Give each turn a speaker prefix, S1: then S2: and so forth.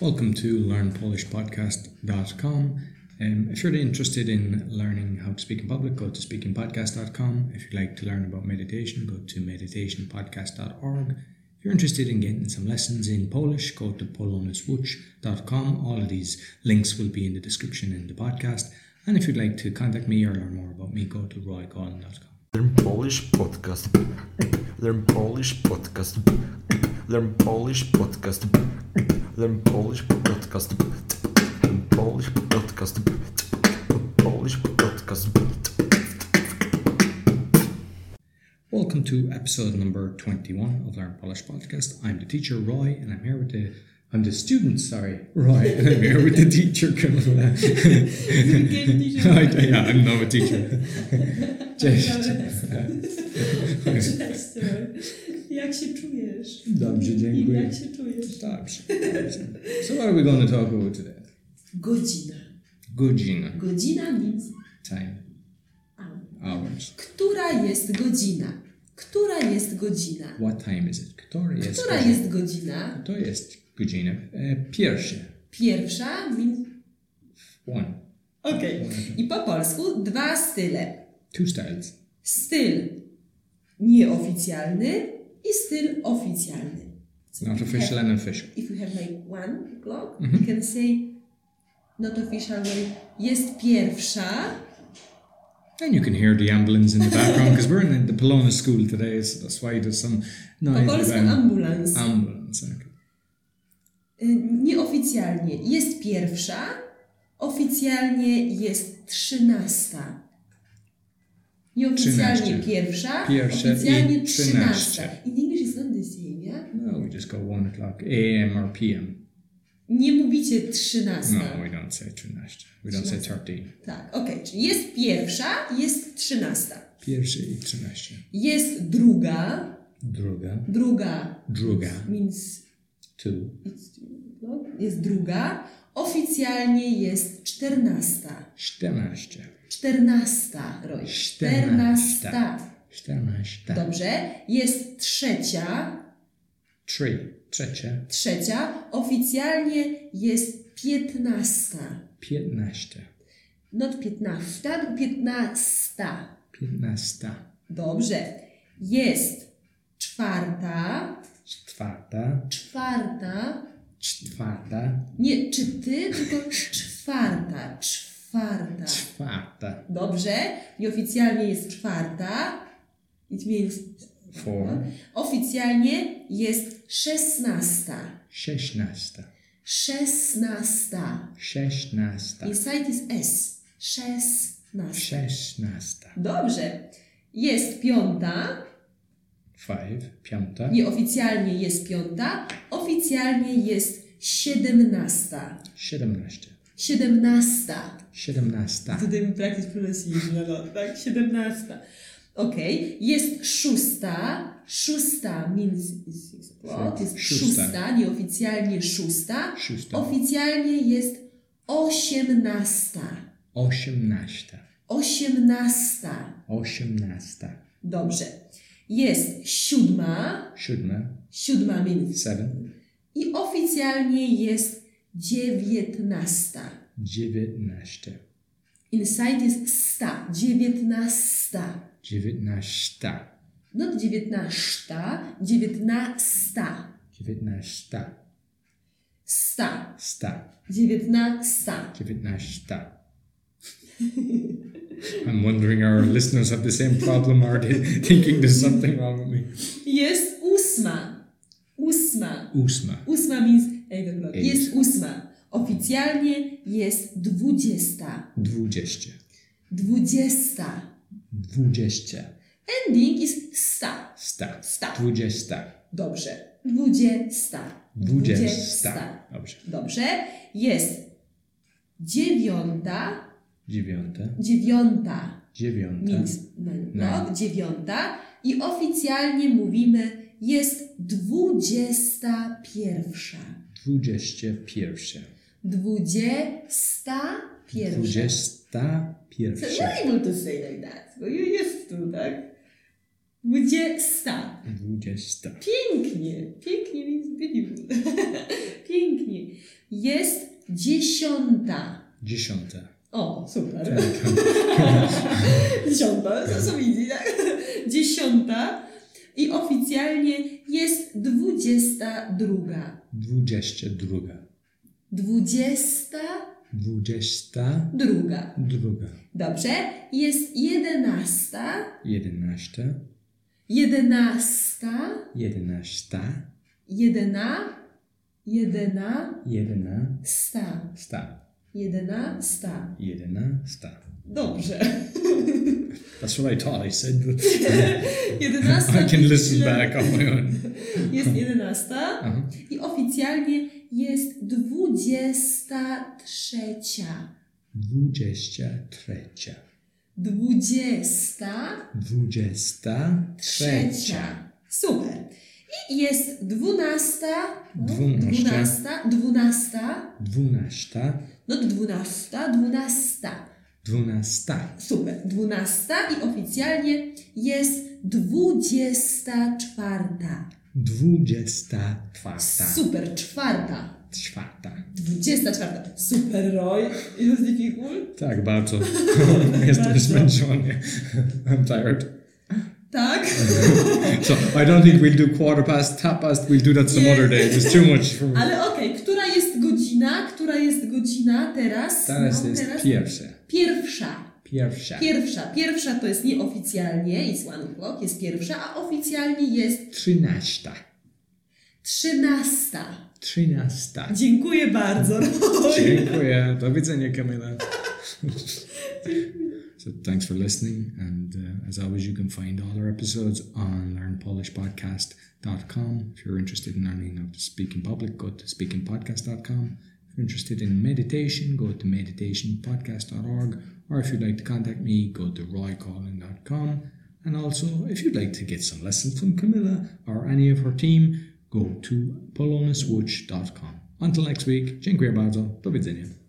S1: Welcome to learnpolishpodcast.com. Um, if you're interested in learning how to speak in public, go to speakingpodcast.com. If you'd like to learn about meditation, go to meditationpodcast.org. If you're interested in getting some lessons in Polish, go to polonuswuch.com. All of these links will be in the description in the podcast. And if you'd like to contact me or learn more about me, go to roycollin.com.
S2: Learn Polish podcast. Learn Polish podcast. Learn Polish podcast. Learn Polish podcast. Learn Polish podcast. Polish podcast.
S1: Welcome to episode number 21 of Learn Polish Podcast. I'm the teacher Roy, and I'm here with the I'm the student, sorry, Roy, and I'm here with the teacher Camilla. No I, yeah, I'm now a teacher. Cześć. tak.
S3: Cześć, Roy. Jak się czujesz?
S1: Dobrze,
S3: I
S1: dziękuję.
S3: jak się czujesz?
S1: Dobrze, dobrze. So what are we going to talk about today?
S3: Godzina.
S1: Godzina,
S3: Godzina means
S1: time,
S3: hour.
S1: hours.
S3: Która jest godzina? Która jest godzina?
S1: What time is it? Która jest
S3: Która
S1: godzina?
S3: jest godzina?
S1: To jest godzina e, pierwsza.
S3: Pierwsza means...
S1: One,
S3: Okej. I po polsku dwa style.
S1: two styles.
S3: Styl nieoficjalny i styl oficjalny. So
S1: Not
S3: we
S1: official
S3: have-
S1: and official.
S3: if we have like one clock, we
S1: Mhm.
S3: can say not official way. Jest pierwsza.
S1: And you can hear the ambulance in the background because we're in the Polona school today, so that's why there's some
S3: Po
S1: noise.
S3: polsku
S1: around.
S3: ambulans.
S1: Ambulance. okay.
S3: Y, Nieoficjalnie jest pierwsza, oficjalnie jest trzynasta. Nieoficjalnie
S1: Trzynaście.
S3: pierwsza,
S1: Pierwsza i
S3: oficjalnie
S1: trzynaście.
S3: trzynasta. In English it's not the same, yeah?
S1: No, we just go one o'clock a.m. or p.m.
S3: Nie mówicie trzynasta.
S1: No, we don't say 13. We don't say 13.
S3: Tak, okej, czyli jest pierwsza, jest trzynasta.
S1: Pierwsza i 13.
S3: Jest druga,
S1: Druga.
S3: druga
S1: Druga.
S3: means
S1: Two.
S3: No, jest druga. Oficjalnie jest czternasta.
S1: 14.
S3: Czternasta, Roy.
S1: Czternasta.
S3: Czternasta.
S1: 14.
S3: Dobrze. Jest trzecia.
S1: Three. Trzecia.
S3: Trzecia. Oficjalnie jest piętnasta.
S1: 15.
S3: Not piętnasta, tylko piętnasta.
S1: 15.
S3: Dobrze. Jest czwarta.
S1: Czwarta.
S3: Czwarta.
S1: Czwarta.
S3: Nie, czy ty, tylko czwarta. Czwarta.
S1: Czwarta.
S3: Dobrze, nieoficjalnie jest czwarta. It means
S1: Four.
S3: oficjalnie jest szesnasta.
S1: Szesnasta.
S3: Szesnasta.
S1: Szesnasta.
S3: Inside is S. Szesnasta.
S1: Szesnasta.
S3: Dobrze. Jest piąta.
S1: Five. Piąta.
S3: Nieoficjalnie jest piąta. Oficjalnie jest siedemnasta.
S1: Siedemnaście.
S3: Siedemnasta.
S1: Siedemnasta.
S3: Tutaj mi practice pronunciation a lot, tak? Siedemnasta. Okej, jest szósta. Szósta means is six o'clock. Jest
S1: Szósta.
S3: szósta. nieoficjalnie szósta.
S1: Szósta.
S3: Oficjalnie jest osiemnasta.
S1: Osiemnasta.
S3: Osiemnasta.
S1: Osiemnasta.
S3: Dobrze. Jest siódma.
S1: Siódma.
S3: Siódma means.
S1: Seven.
S3: I oficjalnie jest dziewiętnasta.
S1: Dziewiętnaście.
S3: Inside jest sta. Dziewiętnasta.
S1: Dziewiętnasta.
S3: Not dziewiętnasta, dziewiętnasta,
S1: Dziewiętnasta.
S3: sta,
S1: Sta.
S3: dziewiętnasta.
S1: Dziewiętnasta. I'm wondering our listeners have the same problem or are they thinking there's something wrong with me?
S3: Jest ósma, ósma,
S1: Ósma.
S3: ósma means eight o'clock.
S1: Eight.
S3: Jest ósma. Oficjalnie jest dwudziesta,
S1: Dwudzieście.
S3: dwudziesta.
S1: Dwudzieście.
S3: Ending is sta,
S1: Sta.
S3: sta.
S1: Dwudziesta.
S3: Dobrze, dwudziesta,
S1: Dwudziesta. Dobrze.
S3: Dobrze, jest dziewiąta,
S1: Dziewiąta.
S3: dziewiąta.
S1: Dziewiąta.
S3: Mint
S1: No.
S3: Nine. dziewiąta i oficjalnie mówimy jest dwudziesta pierwsza.
S1: Dwudzieście pierwsza.
S3: Dwudziesta pierwsza. no
S1: Dwudziesta
S3: So
S1: pierwsza.
S3: you're able to say like that, tak? bo you're used to, tak? Dwudziesta.
S1: Dwudziesta.
S3: Pięknie. Pięknie means beautiful. Pięknie. Jest dziesiąta.
S1: Dziesiąta.
S3: O,
S1: Tak.
S3: super. Dziesiąta, co co widzi, tak? Dziesiąta. I oficjalnie jest dwudziesta druga.
S1: Dwudziesta druga.
S3: Dwudziesta
S1: Dwudziesta
S3: druga.
S1: druga.
S3: Dobrze. Jest jedenasta.
S1: Jedenasta.
S3: Jedenasta.
S1: Jedenasta.
S3: Jedena. Jedena.
S1: Jedenasta.
S3: Sta. Jedena. Sta.
S1: Jedenasta.
S3: Dobrze.
S1: That's what I thought I said. but
S3: Jedenasta.
S1: I can listen
S3: myślę,
S1: back on my own.
S3: Jest jedenasta.
S1: Aha.
S3: I oficjalnie jest dwudziesta trzecia.
S1: Dwudziesta trzecia.
S3: Dwudziesta
S1: Dwudziesta trzecia.
S3: trzecia. Super. I jest dwunasta. no,
S1: Dwunasta.
S3: Dwunasta. Dwunasta.
S1: Dwunasta.
S3: No to dwunasta. Dwunasta.
S1: Dwunasta.
S3: Super. Dwunasta i oficjalnie jest dwudziesta czwarta.
S1: Dwudziesta czwarta.
S3: Super. Czwarta.
S1: Czwarta.
S3: 24. Super Roy. Jest difficult.
S1: Tak, bardzo. Jestem zmęczony. I'm tired.
S3: Tak.
S1: So I don't think we'll do quarter past, half past. We'll do that some
S3: Yeah.
S1: other day. It's too much for me.
S3: Ale okej, która jest godzina? Która jest godzina teraz?
S1: Teraz
S3: No,
S1: jest pierwsze.
S3: Pierwsza.
S1: Pierwsza.
S3: Pierwsza. Pierwsza to jest nieoficjalnie, jest one o'clock, jest pierwsza, a oficjalnie jest
S1: Trzynasta.
S3: trzynasta.
S1: Trzynasta.
S3: Dziękuję bardzo, Roy.
S1: Dziękuję. Do widzenia, Kamila. so thanks for listening. And uh, as always, you can find all our episodes on learnpolishpodcast.com. If you're interested in learning how to speak in public, go to speakingpodcast.com. If you're interested in meditation, go to meditationpodcast.org. Or if you'd like to contact me, go to roycolin.com. And also, if you'd like to get some lessons from Camilla or any of her team, go to polonuswatch.com. Until next week, dziękuję bardzo, do widzenia.